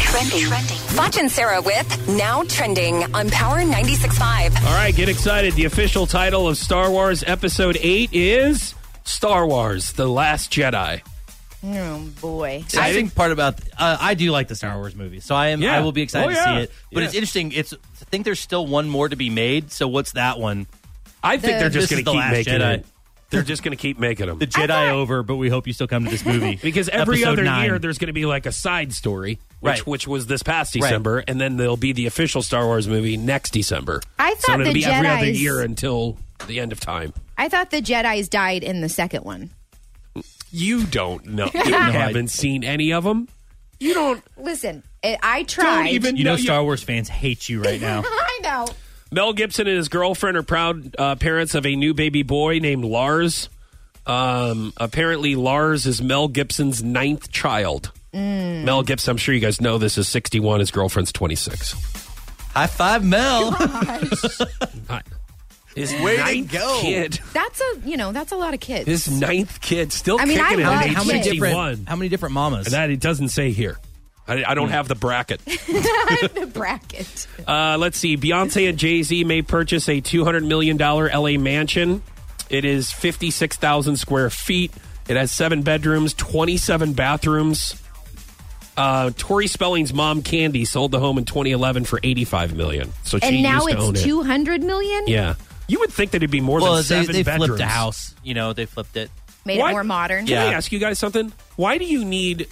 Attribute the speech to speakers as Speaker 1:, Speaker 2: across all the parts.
Speaker 1: Trending. Trending. Foch and Sarah with Now Trending on Power 96.5.
Speaker 2: All right, get excited. The official title of Star Wars Episode 8 is Star Wars The Last Jedi.
Speaker 3: Oh boy.
Speaker 4: I think part about uh, I do like the Star Wars movies, so I am
Speaker 2: Yeah.
Speaker 4: I will be excited
Speaker 2: Oh,
Speaker 4: to
Speaker 2: yeah.
Speaker 4: see it. But it's
Speaker 2: Yeah.
Speaker 4: interesting. It's I think there's still one more to be made. So what's that one?
Speaker 2: I think
Speaker 3: The-
Speaker 2: they're just
Speaker 4: Eh,
Speaker 2: going
Speaker 4: This is
Speaker 2: to
Speaker 4: The
Speaker 2: keep
Speaker 4: Last
Speaker 2: making
Speaker 4: Jedi.
Speaker 2: it. They're just going to keep making them.
Speaker 4: The Jedi over, but we hope you still come to this movie
Speaker 2: because every
Speaker 4: Episode
Speaker 2: other
Speaker 4: nine.
Speaker 2: year there's going to be like a side story, which,
Speaker 4: Right.
Speaker 2: which was this past December, and then there'll be the official Star Wars movie next December.
Speaker 3: I
Speaker 2: so
Speaker 3: thought
Speaker 2: it'll
Speaker 3: the
Speaker 2: be every other
Speaker 3: Jedis-
Speaker 2: year until the end of time.
Speaker 3: I thought the Jedi's died in the second one.
Speaker 2: You don't know. You haven't seen any of them. You don't,
Speaker 3: Listen, I I tried.
Speaker 2: don't even
Speaker 4: you know
Speaker 2: know.
Speaker 4: Star Wars fans hate you right now.
Speaker 3: I know.
Speaker 2: Mel Gibson and his girlfriend are proud uh, parents of a new baby boy named Lars. Um, apparently, Lars is Mel Gibson's ninth child.
Speaker 3: Mm.
Speaker 2: Mel Gibson, I'm sure you guys know this, is 61. His girlfriend's 26.
Speaker 4: High five, Mel.
Speaker 2: His
Speaker 4: Way to
Speaker 2: ninth
Speaker 4: go.
Speaker 2: kid.
Speaker 3: That's a you know that's a lot of kids.
Speaker 2: His ninth kid still
Speaker 3: I mean,
Speaker 2: kicking
Speaker 3: I love
Speaker 2: it at age
Speaker 3: How many kids.
Speaker 2: 61.
Speaker 4: How many different mamas?
Speaker 2: That it doesn't say here. I, I don't have the bracket.
Speaker 3: the bracket.
Speaker 2: Uh, let's see. Beyonce and Jay Z may purchase a $200 million LA mansion. It is 56,000 square feet. It has seven bedrooms, 27 bathrooms. Uh, Tori Spelling's mom, Candy, sold the home in 2011 for 85 million. So she
Speaker 3: And now
Speaker 2: used to own
Speaker 3: it's
Speaker 2: it.
Speaker 3: two hundred million.
Speaker 2: Yeah, you would think that it'd be more
Speaker 4: well,
Speaker 2: than
Speaker 4: they,
Speaker 2: seven
Speaker 4: they
Speaker 2: bedrooms.
Speaker 4: flipped a house. You know, they flipped it.
Speaker 3: Made
Speaker 2: Why-
Speaker 3: it more modern.
Speaker 2: Can I
Speaker 4: Yeah.
Speaker 2: ask you guys something? Why do you need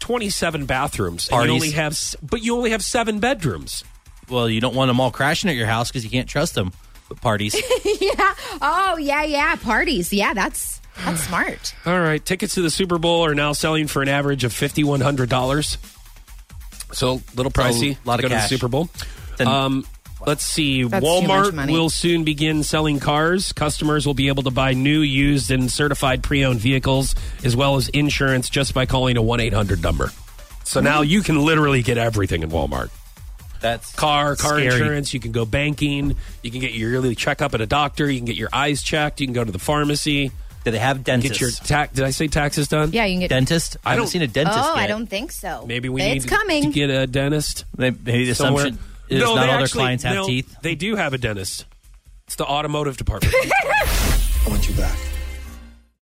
Speaker 2: 27 bathrooms? And you
Speaker 4: Parties.
Speaker 2: only have, s- but you only have seven bedrooms.
Speaker 4: Well, you don't want them all crashing at your house because you can't trust them. But parties.
Speaker 3: yeah. Oh yeah, yeah. Parties. Yeah, that's that's smart.
Speaker 2: All right, tickets to the Super Bowl are now selling for an average of fifty-one hundred dollars. So a little pricey.
Speaker 4: lot
Speaker 2: to go
Speaker 4: of
Speaker 2: to the
Speaker 4: cash.
Speaker 2: Super Bowl.
Speaker 4: Then-
Speaker 2: um, let's see.
Speaker 3: That's too much
Speaker 2: Walmart
Speaker 3: money.
Speaker 2: will soon begin selling cars. Customers will be able to buy new, used, and certified pre-owned vehicles, as well as insurance, just by calling a one eight hundred number. So now you can literally get everything in Walmart
Speaker 4: That's
Speaker 2: car, car
Speaker 4: Scary.
Speaker 2: insurance. You can go banking. You can get your yearly checkup at a doctor. You can get your eyes checked. You can go to the pharmacy.
Speaker 4: Do they have dentists?
Speaker 2: Get your tax. Did I say taxes done?
Speaker 3: Yeah, you can get.
Speaker 4: dentist. I, haven't
Speaker 2: don't-
Speaker 4: seen a dentist.
Speaker 3: oh,
Speaker 4: yet.
Speaker 3: I don't think so.
Speaker 2: Maybe we
Speaker 3: it's
Speaker 2: need
Speaker 3: coming.
Speaker 2: to get a dentist.
Speaker 4: They- Maybe the
Speaker 2: somewhere.
Speaker 4: assumption is not all
Speaker 2: they
Speaker 4: their
Speaker 2: actually-
Speaker 4: clients have
Speaker 2: no,
Speaker 4: teeth.
Speaker 2: They do have a dentist. It's the automotive department.
Speaker 5: I want you back.